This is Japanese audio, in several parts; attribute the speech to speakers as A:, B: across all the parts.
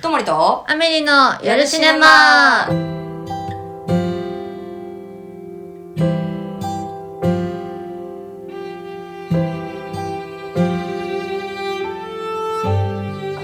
A: ともりと
B: アメリの夜シネマ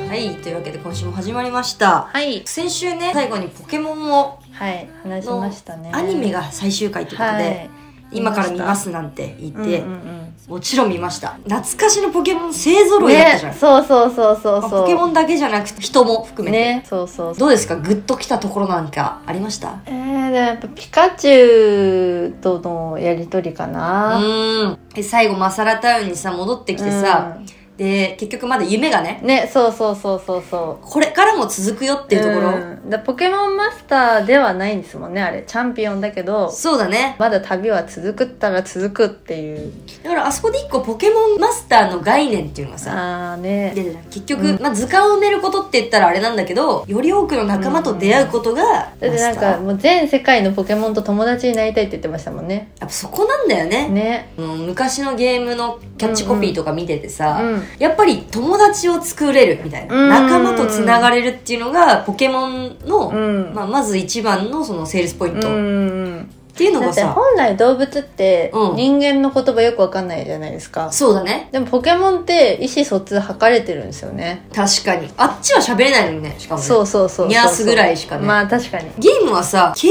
A: はいというわけで今週も始まりました
B: はい。
A: 先週ね最後にポケモンを
B: はい。話しましたね。
A: アニメが最終回ということで、
B: はい。
A: 今から見ますなんて言って、
B: うんうん
A: もちろん見ました懐かしのポケモン勢ぞ
B: うん
A: ろいだったじゃん、
B: ね、そうそうそうそう
A: まあ
B: そう。
A: ポケモンだけじゃなくて人も含めて、
B: ね。そうそうそう。
A: どうですかグッときたところなんかありました
B: えー、でもやっぱピカチュウとのやりとりかな。
A: うんで最後マサラタウンにさ戻ってきてさ、で結局まだ夢がね
B: うん。ね、そうそうそうそうそう。
A: これからも続くよっていうところ、
B: うんだポケモンマスターではないんですもんね、あれ。チャンピオンだけど、
A: そうだね
B: まだ旅は続くったら続くっていう。
A: だからあそこで一個ポケモンマスターの概念っていうのがさ
B: ああね。
A: 出てた結局、まあ、図鑑を埋めることって言ったらあれなんだけどより多くの仲間と出会うことが
B: だっ
A: マ
B: てなん
A: スター
B: かもう全世界のポケモンと友達になりたいって言ってましたもんね。
A: やっぱそこなんだよね
B: ね。
A: あの昔のゲームのキャッチコピーとか見ててさ、
B: うん。
A: やっぱり友達を作れるみたいな、
B: うん
A: 仲間とつながれるっていうのがポケモンの、
B: うん。
A: まあ、まず一番のそのセールスポイン
B: う
A: トっ
B: ん。
A: ていうの
B: だ
A: が
B: って
A: さ、
B: 本来動物って
A: うん
B: 人間の言葉よくわかんないじゃないですか。
A: そうだね
B: でもポケモンって意思疎通図れてるんですよね。
A: 確かにあっちは喋れないのにねしかもね
B: そうそうそうそう。
A: ニャースぐらいしかね
B: まあ確かに。
A: ゲームはさケー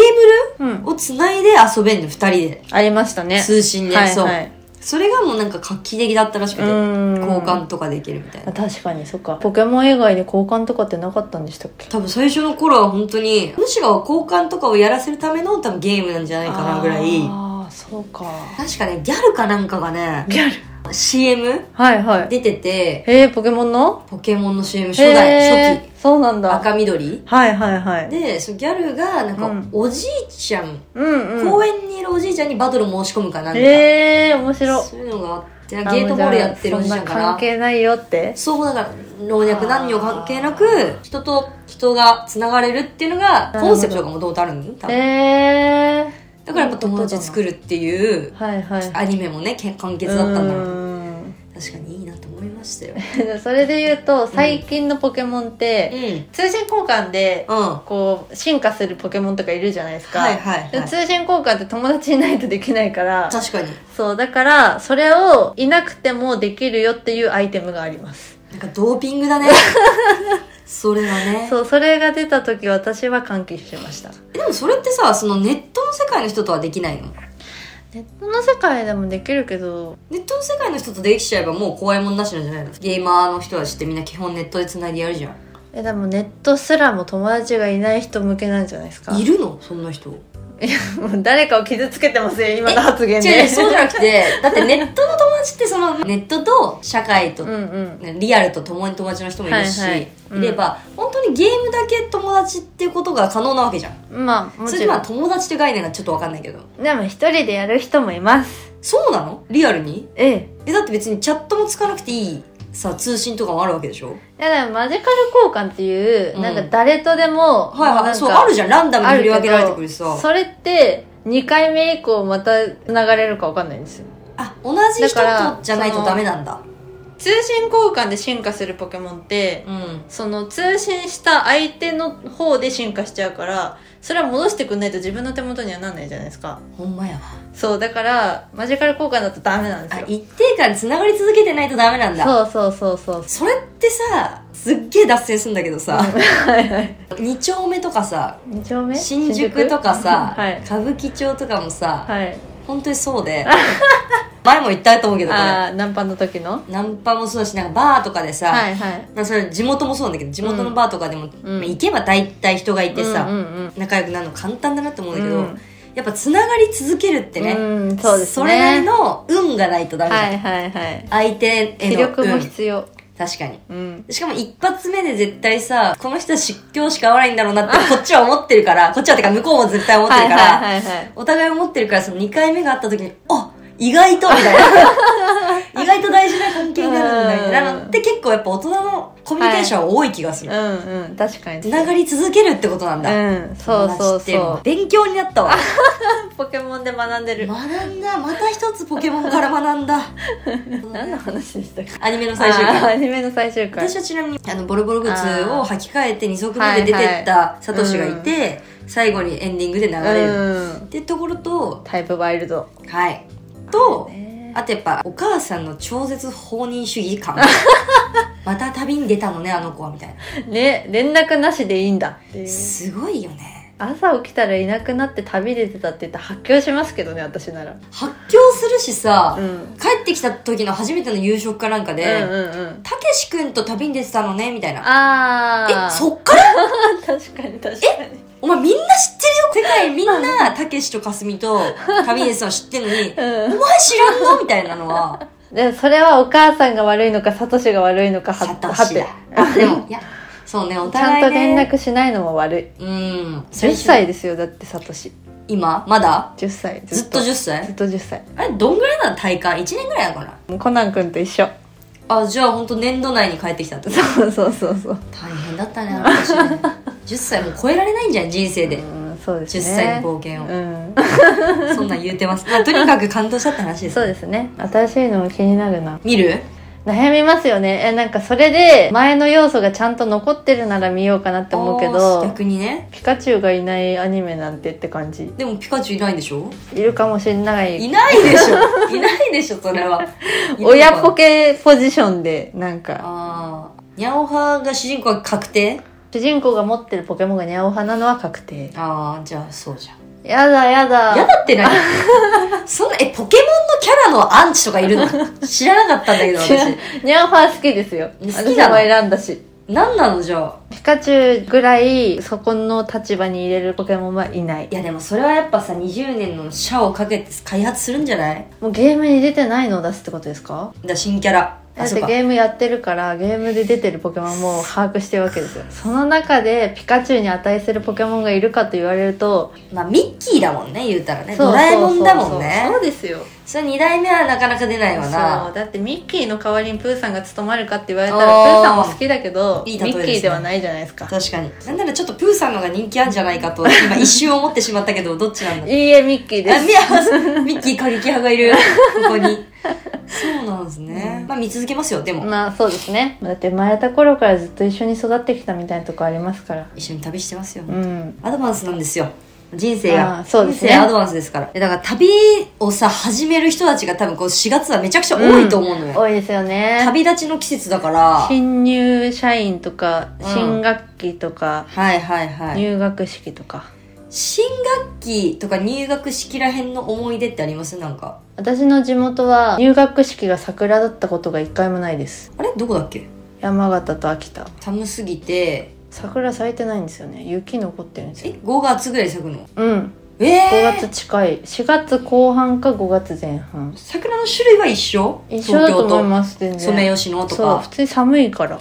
A: ブ
B: うん
A: ル。をつないで遊べんの2人で
B: ありましたね。
A: 通信で、
B: はい
A: そう、
B: はい。
A: それがもうなんか画期的だったらしくて、
B: うん
A: 交換とかできるみたい
B: あ
A: な
B: 確かに、そっか。ポケモン以外で交換とかってなかったんでしたっけ
A: 多分最初の頃は本当にむしろ交換とかをやらせるための多分ゲームなんじゃないかなぐらい
B: ああ、そうか。
A: 確かねギャルかなんかがね
B: ギャル。
A: CM
B: はいはい。
A: 出てて
B: えー、ポケモンの
A: ポケモンの CM 初代初期
B: 期。そうなんだ。
A: 赤緑
B: はいはいはい。
A: でそのギャルがなんか、
B: うん
A: おじいちゃん、
B: うんうん。
A: 公園にいるおじいちゃんにバトル申し込むかなんか、
B: ええー、面白。
A: そういうのがあってゲートボールやってるおじいちゃんか
B: そんな
A: な
B: 関係ないよって。
A: そうだから老若男女関係なく人と人がつながれるっていうのが
B: るほど
A: コンセプトがもともとあるんだよ多
B: え
A: 分
B: えー。
A: だからやっぱ友達作
B: る。
A: るっていう
B: はいはい。
A: アニメもねけ完結だったんだろうな
B: う
A: 確かにいいなと思いましたよ
B: ーん それで言うと、最近のポケモンっ
A: うん
B: て、
A: うん
B: 通信交換で、
A: は
B: こう、進化するポケモンとかいるじゃないです
A: い
B: か。
A: はいはい
B: で通信交換って友達いないとできないから、
A: 確かに
B: そう、だから、それをいなくてもできるよっていうアイテムがあります。
A: なんかドーピングだ ねそれはね
B: そう、それが出た時私は歓喜しました。
A: えでもそれってさそのネットの世界の人とはできないの
B: ネットの世界でもできるけど、
A: ネットの世界の人とできちゃえばもう怖いもんなしなんじゃないのゲーマーの人たちってみんな基本ネットで繋いでやるじゃん
B: えでもネットすらも友達がいない人向けなんじゃないですか
A: いるのそんな人
B: もう 誰かを傷つけてますよ今の発言
A: 違う違
B: で
A: うそうじゃなくてだってネットの友達ってそのネットと社会と、
B: うんうん
A: リアルと共に友達の人もいるし、
B: はい
A: い
B: はいうん
A: れば本当にゲームだけ友達っていうことが可能なわけじゃん
B: まあも
A: それ
B: ち
A: で
B: ろ
A: ま
B: ん
A: あ友達って概念がちょっとわかんないけど
B: でも一人でやる人もいます
A: そうなのリアルに
B: ええ
A: えだって別にチャットも使わなくていいさ通信とかもあるわけでしょ
B: いやでもマジカル交換っていう、
A: うん
B: なんか誰とでも、
A: はい
B: も
A: は
B: ないん
A: そう
B: か
A: あるじゃんランダムに
B: あ
A: 振り
B: るけど
A: 分けられてくるしさ
B: それって2回目以降またつながれるか分かんないんですよ
A: あ同じ人
B: だから
A: とじゃないとダメなんだ
B: 通信交換で進化するポケモンって
A: うん
B: その通信した相手の方で進化しちゃうからそれは戻してくんないと自分の手元にはなんないじゃないですか
A: ほんまやわ
B: そうだからマジカル交換だとダメなんで
A: あ
B: すよ
A: 一定間つながり続けてないとダメなんだ
B: そうそうそうそう
A: それってさすっげえ脱線するんだけどさ2丁目とかさ
B: 二丁目
A: 新宿とかさ、
B: はい
A: 歌舞伎町とかもさ、
B: はい
A: 本当にそう で前も言ったと思うけどこれ
B: ああナンパの時の
A: ナンパもそうだしなんかバーとかでさ、
B: はいはい
A: まあそれ地元もそうなんだけど地元のバーとかでも、
B: う
A: ま
B: ん
A: あ行けば大体人がいてさ、
B: うんうん
A: 仲良くなるの簡単だなって思うんだけど、
B: うん
A: やっぱつながり続けるってね,、
B: うんそうですね
A: れなりの運がないとダ
B: うん
A: メだ、
B: はいはいはい
A: 相手へ
B: 気
A: の
B: 力も
A: 運
B: 必要
A: 確かに
B: うん
A: しかも一発目で絶対さ、この人は失教しか合わないんだろうなって、こっちは思ってるから、こっちはってか向こうも絶対思ってる
B: はい
A: から、
B: はいはいはい
A: お互い思ってるから、その2回目があった時に、あ意外とみたい 意外と大事な関係になるんだよ
B: う
A: ね
B: ん
A: なので結構やっぱ大人のコミュニケーションは多い気がする、
B: うんうん確かに
A: つながり続けるってことなんだ、
B: うんそうそう
A: 友達っていの
B: そ
A: は勉強になったわ
B: うポケモンで学んでる
A: 学んだまた一つポケモンから学ん だ
B: 何の話でしたか
A: アニメの最終
B: あー
A: 回
B: アニメの最終回
A: 私はちなみにあのボロボログッズを履き替えて2足目で出てったサトシがいて、最後にエンディングで流れる、
B: うん
A: ってところと
B: タイプワイルド
A: はいと
B: ね
A: あとやっぱお母さんの超絶放任主義 感また旅に出たのねあの子はみたいな
B: ね連絡なしでいいんだっていう
A: すごいよね
B: 朝起きたらいなくなって旅出てたって言ったら発狂しますけどね私なら
A: 発狂するしさ、
B: うん
A: 帰ってきた時の初めての夕食かなんか
B: うん
A: で
B: うんうん
A: 「たけし君と旅に出てたのね」みたいな「
B: あ
A: え
B: あ
A: そっから
B: 確かに確かに
A: お前みんな知ってるよ世界みんなたけしとかすみと旅に出てたの知ってんのに
B: うん
A: お前知らんの?」みたいなのは
B: でもそれはお母さんが悪いのかサトシが悪いのかは
A: サ
B: て
A: トシだあでもいやそうねお
B: ちゃん
A: 互い、
B: と
A: ね
B: 連、絡しないのも悪い
A: うん
B: 10歳ですよだってサトシ
A: 今まだ
B: 10歳
A: ずっと10
B: ずっ
A: 歳
B: と10歳
A: あれどんぐらいなの体感1年ぐらいなのかな
B: もうコナン君と一緒
A: あじゃあ本当年度内に帰ってきたって
B: そうそうそうそう
A: 大変だったね 私ね10歳もう超えられないんじゃん人生で
B: うんそうです
A: 10
B: ね
A: 歳の冒険を、
B: うん
A: そんなん言うてます、まあ、とにかく感動したって話です
B: そうですね新しいのも気になるな
A: 見る
B: 悩みますよねえなんかそれで前の要素がちゃんと残ってるなら見ようかなって思うけ
A: あー
B: ど
A: 逆にね
B: ピカチュウがいないアニメなんてって感じ
A: でもピカチュウいないんでしょ
B: いるかもしれない
A: いないでし ょいないでしょそれ は
B: 親ポ
A: ケ
B: ケポジションでなんか
A: ああニャオハが主人公は確定
B: 主人公が持ってるポケモンがニャオハなのは確定
A: ああじゃあそうじゃん
B: やだやだ
A: やだって何 そんなえポケモンのキャラのアンチとかいるの知らなかったんだけど
B: 違う
A: 私
B: ニャンファー好きですよ
A: 好きなの
B: 私も選んだし
A: 何なのじゃあ
B: ピカチュウぐらいそこの立場に入れるポケモンはいない
A: いやでもそれはやっぱさ20年の社をかけて開発するんじゃない
B: もうゲームに出てないのを出すってことですか
A: だ新キャラ
B: だ
A: あ
B: っ
A: そう
B: て
A: か
B: ゲームやってるからゲームで出てるポケモンも把握してるわけで すよその中でピカチュウに値するポケモンがいるかと言われると
A: まあミッキーだもんね言うたらね
B: そう
A: ドラえもんだもんね
B: そうそうそうですよ
A: それ2代目はなかなか出ないわ
B: そう
A: な
B: だってミッキーの代わりにプーさんが務まるかって言われたらプ
A: あー
B: ーさんも好きだけど
A: いい例えで
B: ミ
A: すね
B: ッキーではないじゃないですか
A: 確かになんならちょっとプーさんの方が人気あるんじゃない かと今一瞬思ってしまったけどどっちなんだ
B: いいえミッキーで
A: あ
B: す
A: みやミッキー過激派がいるここにそうなんですね、まあ見続けますよでも、
B: まあそうですねだって生まれた頃からずっと一緒に育ってきたみたいなとこありますから
A: 一緒に旅してますよ、
B: うん
A: アドバンスなんですよ人生が
B: あーそうですね
A: 人生アドバンスですからでだから旅をさ始める人たちが多分こう4月はめちゃくちゃ多いと思うのよ、
B: 多いですよね
A: 旅立ちの季節だからはい
B: 新入社員とか
A: うん
B: 新学期とか、
A: はいはい
B: 入学式とか
A: 新学期とか入学式らへんの思い出ってありますなんか
B: 私の地元は入学式が桜だったことが一回もないです
A: あれどこだっけ
B: 山形と秋田
A: 寒すぎて
B: 桜咲いてないんですよね雪残ってるんです
A: え
B: よ
A: 5月ぐらい咲くの
B: うん
A: え
B: 5
A: えー、
B: 月近い4月後半か5月前半
A: 桜の種類は一緒
B: 一緒だと思い
A: 東
B: ます全
A: 京と
B: 然
A: ソメイヨシノと
B: そう
A: か
B: 普通に寒いから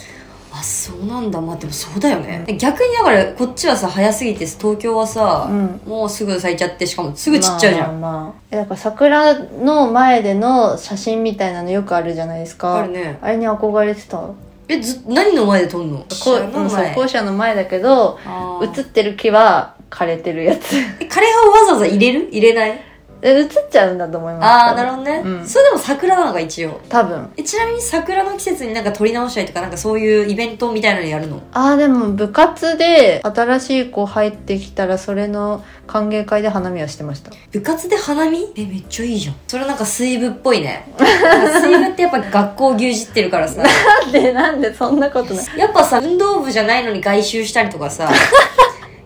A: あそうなんだまあでもそうだよね、逆にだからこっちはさ早すぎて東京はさ、
B: うん
A: もうすぐ咲いちゃってしかもすぐ散っちゃうじゃん、
B: まあまあまあえだから桜の前での写真みたいなのよくあるじゃないです
A: あ
B: か
A: るね
B: あれに憧れてたこ
A: えず何の前で撮んの
B: う
A: の
B: うんそう
A: 前
B: 校舎の前だけど
A: あー
B: 写ってる木は枯れてるやつ
A: え枯葉をわざわざ入れる入れない
B: え写っちゃうんだと思います
A: ああなるほどね、
B: うん
A: それでも桜なのが一応
B: 多分
A: えちなみに桜の季節になんか撮り直したりとかなんかそういうイベントみたいなのやるの
B: ああでも部活で新しい子入ってきたらそれの歓迎会で花見はしてました
A: 部活で花見えめっちゃいいじゃんそれなんか水分っぽいねなんか水分ってやっぱ学校牛耳ってるからさ
B: なんでなんでそんなことない
A: やっぱさ運動部じゃないのに外周したりとかさ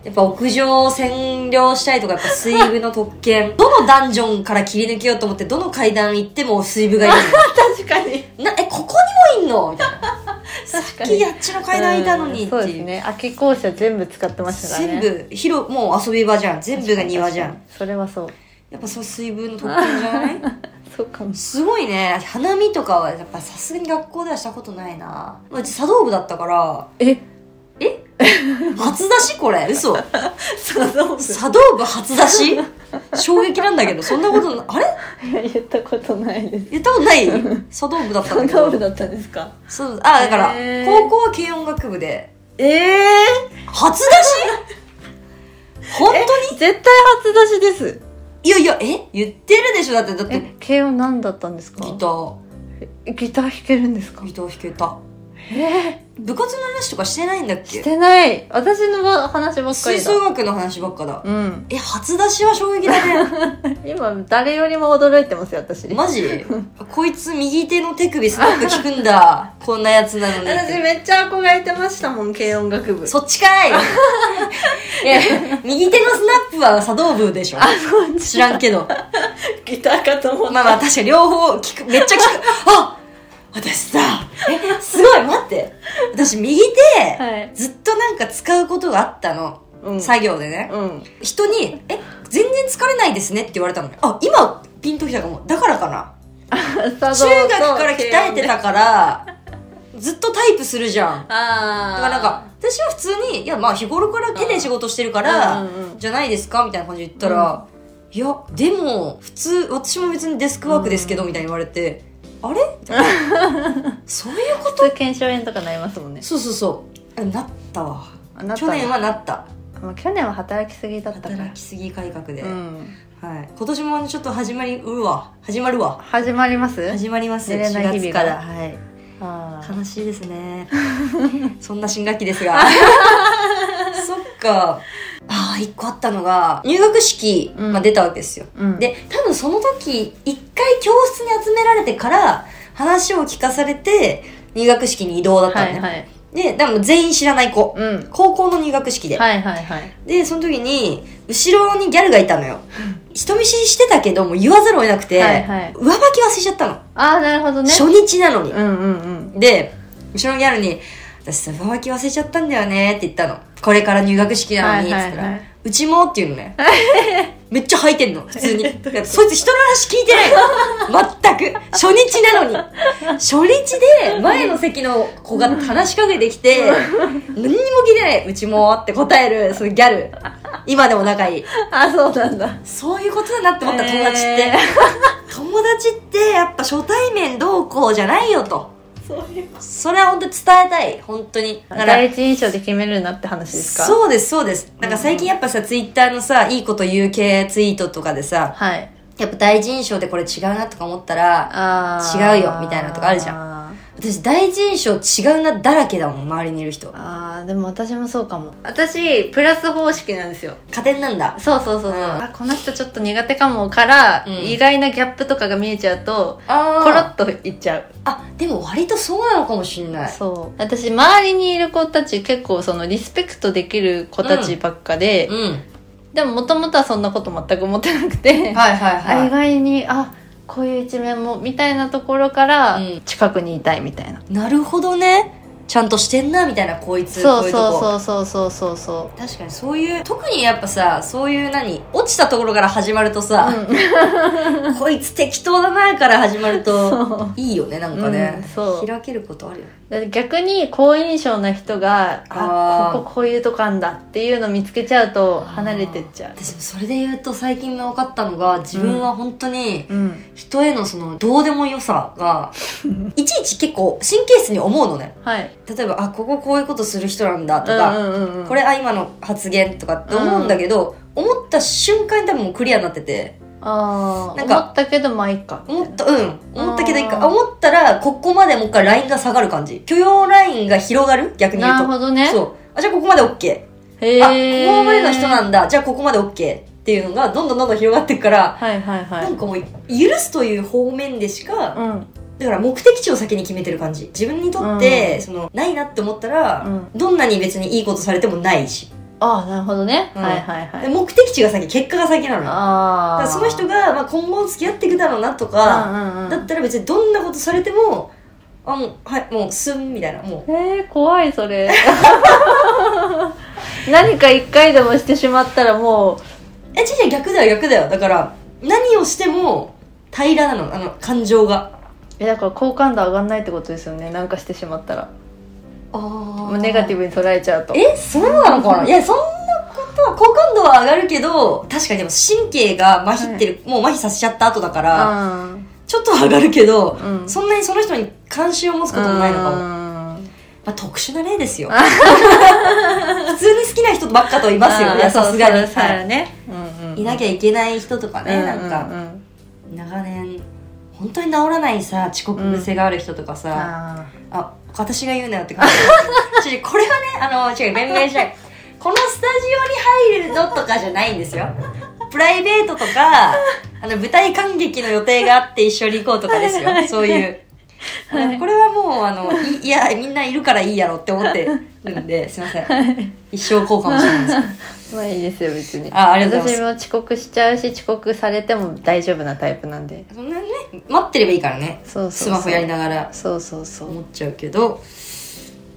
A: やっぱ屋上を占領したりとかやっぱ水部の特権どのダンジョンから切り抜けようと思ってどの階段行っても水部がいる
B: 確かに
A: のなえここにもいんのみたいな
B: 確
A: さっきあっちの階段いたのにって
B: そうで
A: い
B: す
A: う,、
B: ね秋校舎全部使ってましたから
A: 全
B: ね
A: 部広もう遊び場じゃん全部が庭じゃん
B: それはそう
A: やっぱそう水分の特権じゃ ない
B: そうかも
A: すごいね花見とかはやっぱさすがに学校ではしたことないなまあうち茶道部だったから
B: え
A: 初出しこれ嘘
B: そう
A: 茶道部初出し衝撃なんだけど、そんなことな、あれ
B: いや言ったことないです
A: 言ったことない書道部だったんだけ
B: サン
A: ど。
B: だったんですか
A: そう、あ、だから
B: へ、ー
A: 高校は軽音楽部で、
B: ええ
A: 初 出し本当に
B: 絶対初出しです
A: いやいや、え言ってるでしょだって、だって、ギ
B: え慶応何だったんですか
A: ター、
B: ギター弾けるんですか
A: ギター弾けた。
B: え
A: 部活の話とかしてないんだっ
B: ー、し
A: け
B: てない私の話ばっか
A: 吹
B: りだ
A: 奏楽の話ばっかだ。
B: うん
A: え、初出しは衝撃 だね。
B: 今誰よりも驚いてますよ私
A: マジこいつ右手の手首スナック効くん だ。こんなやつなのにっ
B: 私
A: て。
B: めっちゃ憧れてましたもん軽音楽部
A: そっちかい いや、右手のスナップは茶道部でしょ知らんけど。
B: ギターかと思
A: まあまあ確かに両方聞く、めっちゃ聞く。あ私さ、え、すごい待って。私右手、
B: はい
A: ずっとなんか使うことがあったの。
B: うん
A: 作業でね。
B: うん
A: 人に、え、全然疲れないですねって言われたのね。あ、今、ピンときたかも。だからかな。中学から鍛えてたから、ずっとタイプするじゃん。
B: あ
A: だ
B: あ
A: からなんか、私は普通に、いやまあ日頃から手で仕事してるから、
B: うんうんうん
A: じゃないですかみたいな感じで言ったら、いや、でも、普通、私も別にデスクワークですけど、みたいに言われて、あれみたいなそういうこ
B: 普通腱鞘炎とかなりますもんね
A: とそうそうそう。あなったわ。
B: あなった
A: 去
B: ね
A: 年はなった。
B: まあ去年は働きすぎだったから
A: 働きすぎ改革で。
B: うん
A: はい。今年もちょっと始まりうるわ。始まるわ。
B: 始まります
A: 始まります
B: 寝
A: よ、
B: れ
A: 4
B: ない日
A: 月
B: 々
A: から。
B: が
A: はい。
B: あー
A: 悲しいですね そんな新学期ですが そっかああ一個あったのが入学式、
B: うん
A: まあ、出たわけですよ、
B: うん
A: で多分その時一回教室に集められてから話を聞かされて入学式に移動だった
B: は
A: のね、
B: いはい
A: ででも全員知らない子、
B: うん
A: 高校の入学式で、
B: はいはいはい
A: でその時に後ろにギャルがいたのよ人見知りしてたけどもう言わざるを得なくて、
B: はいはい
A: 上履き忘れちゃったの、
B: ああなるほどね
A: 初日なのに、
B: うんうん うん
A: で、後ろのギャルに、私さ、上履き忘れちゃったんだよねって言ったの。これから入学式なのに、つ
B: は
A: っ
B: い
A: た
B: はいはい
A: ら、うちもっていうの ね。めっちゃ履いてんの、普通に。だからそいつ人の話聞いてないの。全く。初日なのに。初日で、前の席の子が話しかけてきて、何にも聞いてない。うちもって答える、そのギャル。今でも仲いい。
B: あそうなんだ
A: そういうことだなって思った、
B: へー
A: 友達って。 友達って、やっぱ初対面どうこうじゃないよと。
B: そういう
A: それは本当に伝えたい本当にだから
B: 第一印象で決めるなって話ですかう
A: そうですそうですなんか最近やっぱさツイッターのさいいこと言う系ツイートとかでさ
B: はい
A: やっぱ第一印象でこれ違うなとか思ったら
B: あ
A: 違うよみたいなとかあるじゃ
B: ん
A: 私第一印象違うなだらけだもん周りにいる人
B: あーでも私もそうかも私プラス方式なんですよ
A: 加点なんだ
B: そうそうそうそう、
A: うん
B: あこの人ちょっと苦手かもから、
A: うん
B: 意外なギャップとかが見えちゃうとコロ
A: あ
B: ッといっちゃう
A: あでも割とそうなのかもしんない
B: そう私周りにいる子たち結構そのリスペクトできる子たちばっかで、
A: うん
B: でももともとはそんなこと全く思ってなくて、
A: はいはい
B: あ
A: は
B: 意外にあこういう一面もみたいなところから
A: うん
B: 近くにいたいみたいな、
A: いなるほどねちゃんとしてんなみたいなこいつ
B: そう
A: こいと
B: そ
A: こ
B: うそうそうそうそ
A: 確かにそういう特にやっぱさそういう何落ちたところから始まると
B: う
A: さ、
B: うん
A: こいつ適当だなから始まると
B: そう
A: いいよねなんかね、
B: うんそう
A: 開けることあるよね
B: だって逆に好印象な人が
A: あ
B: あ
A: ー
B: こここういうとこあんだっていうの見つけちゃうと離れてっちゃう
A: 私もそれで言うと最近分かったのが自分は本当に
B: うん
A: 人へのそのどうでもよさ がいちいち結構神経質に思うのね
B: はい
A: 例えばあこここういうことする人なんだと
B: う
A: か、
B: んうんうん
A: これあ今の発言とかって思うんだけど、思った瞬間に多分もうクリアになってて
B: ああ
A: なんか
B: 思ったけどまあいいか
A: 思ったうん思ったけどいい
B: あ
A: か
B: ー
A: 思ったらここまでもう一回ラインが下がる感じ許容ラインが広がる逆に言う
B: な
A: と
B: るほどね
A: そうあじゃあここまで OK
B: へ
A: あ、
B: え
A: ここまでの人なんだ。じゃあここまで OK っていうのがどんどんどんどん広がっていくから、
B: はいはいは
A: ないんかもう許すという方面でしか、
B: うん
A: だから目的地を先に決めてる感じ。自分にとって、その、ないなって思ったら、
B: う
A: どんなに別にいいことされてもないし。
B: ああなるほどね、
A: うん
B: はいはいは
A: で
B: い
A: 目的地が先、結果が先なのよ。だ
B: あ
A: か
B: あ
A: らその人が、まあ、今後付き合っていくだろうなとか、
B: が
A: だったら別にどんなことされても、あ、もう、はい、もう、すん、みたいな、もう。
B: えー、怖いそれ 何か一回でもしてしまったらも
A: え、ちいちゃん逆だよ、逆だよ。だから、何をしても、平らなの、あの、感情が。
B: うえだから好感度上がんないってことですよねなんかしてしまったら
A: あ
B: もうネガテ
A: ィ
B: ィブに捉えちゃうと
A: えそうなのかないやそんなことは好感度は上がるけど確かにでも神経が麻痺ってる、もう麻痺させちゃった後だから
B: あ
A: ちょっとは上がるけど、
B: うん
A: そんなにその人に関心を持つこともないのかも、ま
B: も
A: あ、特殊な例です よ普通に好きな人ばっかといますよねさすがに、
B: そうそう
A: は
B: だね、うんうん
A: い、いなきゃいけない人とかね、なんか、
B: ううん
A: 長年本当に治らないさ遅刻癖がある人とか
B: うん
A: さ、
B: あー
A: あ私が言うなよって感じ 違うこれはねあの違う弁明しないこのスタジオに入るのとかじゃないんですよプライベートとかあの舞台観劇の予定があって一緒に行こうとかですよそういう、あのこれはもうあのいいやみんないるからいいやろって思ってるんですいません一生こうかもしれないです
B: まあいいですよ別に
A: あありがとうござい
B: 私も遅刻しちゃうし遅刻されても大丈夫なタイプなんで
A: そんなね待ってればいいからね
B: そうそうそう
A: スマホやりながら
B: そうそうそう
A: 思っちゃうけど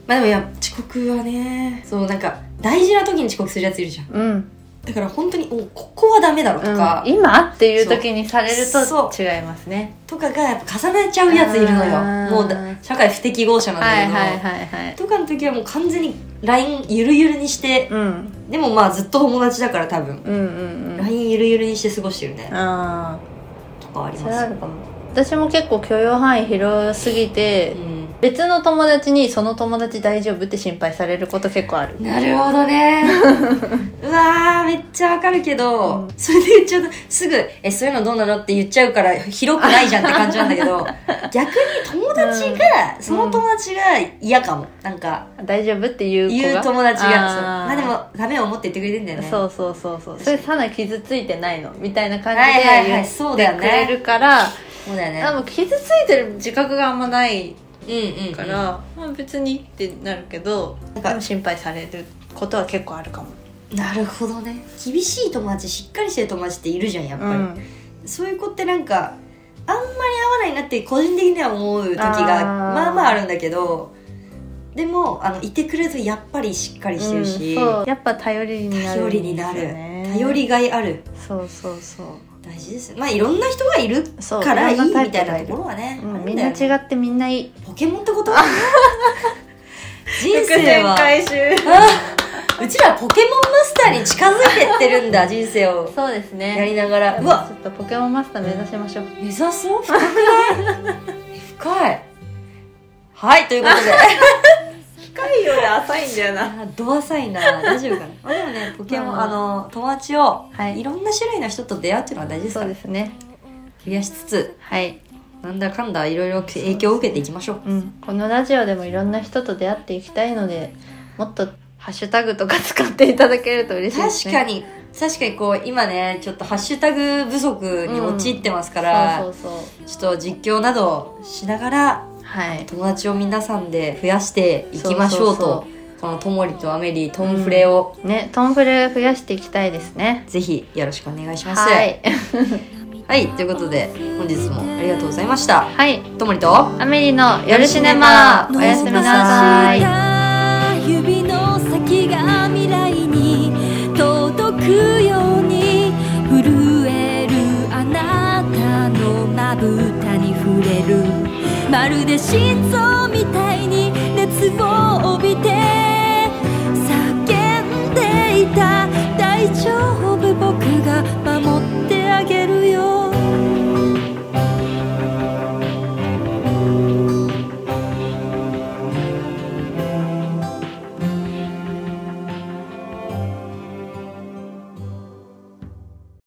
A: まあでもいや遅刻はねそうなんか大事な時に遅刻するやついるじゃん
B: うん、うん、
A: だから本当におここはダメだろとか、
B: 今っていう時にされると
A: そう
B: 違いますね
A: とかがやっぱ重ねちゃうやついるの
B: あー
A: よもうだ社会不適合者なんだ
B: は
A: け
B: い
A: ど、
B: はいはいはい
A: とかの時はもう完全に LINE ゆるゆるにして
B: うん
A: でもまあずっと友達だから多分
B: うんうんうん
A: LINE ゆるゆるにして過ごしてるね
B: ああ
A: とかあり
B: そ
A: ま
B: れあ
A: す
B: るかも私も結構許容範囲広すぎて、
A: うん
B: 別の友達にその友達大丈夫って心配されること結構ある
A: なるほど ねうわーめっちゃわかるけど、
B: うん
A: それで言っちゃうとすぐ「えそういうのどうなの?」って言っちゃうから広くないじゃんって感じなんだけ ど逆に友達が、その友達が嫌かもなんか
B: 大丈夫っていう子が
A: 言う友達がそう
B: あー
A: まあでもダメを思って言ってくれてんだよね
B: そうそうそうそうそれさな傷ついてないのみたいな感じ
A: はい
B: で
A: はいは
B: 言
A: い
B: っ
A: そうだよ
B: てく
A: ね
B: れるから、
A: そうだよね
B: 多分傷ついてる自覚があんまない
A: うんうん
B: か
A: うん
B: ら、まあ、別にってなるけど
A: なんか
B: でも心配されることは結構あるかも、
A: なるほどね厳しい友達しっかりしてる友達っているじゃんやっぱり、そういう子ってなんかあんまり合わないなって個人的には思う時が
B: あー
A: まあまああるんだけどでもあのいてくれるとやっぱりしっかりしてるし、
B: うんそうやっぱ頼りになる
A: 頼
B: ん
A: りになる、
B: ですよね
A: 頼りがいある
B: そうそうそう
A: 大事ですまあいろんな人がいる
B: そう
A: からいい
B: ろん
A: み
B: な
A: た
B: タ
A: い
B: イプが
A: な
B: る
A: ところはね、
B: う
A: ある
B: ん、
A: だ
B: み
A: よ
B: ん
A: ね
B: な違ってみんないい
A: ポケモンってこと 人生は
B: 収
A: あ うちらポケモンマスターに近づいてってるんだ人生を
B: そうです
A: や
B: ね
A: りながらうわ
B: ちょっとポケモンマスター目指しましょう、
A: 目指そう深くない深いはいという ことで
B: 深いより浅いんだよな
A: あドアサインな大丈夫かなまあでもねポケモン
B: ま
A: あ
B: あま
A: の友達を、
B: はい
A: い、ろんな種類の人と出会うっていうのは大事です
B: そ
A: か
B: う
A: ら
B: ですね
A: 増やしつつ
B: はい、
A: なんだかんだいろいろ影響を受けていきましょう
B: うん、このラジオでもいろんな人と出会っていきたいのでもっとハッシュタグとか使っていただけると嬉しいです
A: 確
B: ね
A: か
B: に
A: に確かにこう今ねちょっとハッシュタグ不足に陥ってますから、
B: そうそうそう
A: ちょっと実況などしながら
B: はい
A: 友達を皆さんで増やしていきましょうと
B: そうそう
A: このともりとアメリートンフレを、
B: ねトンフレ増やしていきたいですね
A: ぜひよろしくお願いします。
B: は
A: はい、
B: い
A: ということで本日もありがとうございました。
B: はい
A: ともりと
B: アメリの夜シネマおやすみなさい
C: 指の先が未来に届くように震えるあなたのまぶたに触れるまるで心臓みたいに熱を帯びて叫んでいた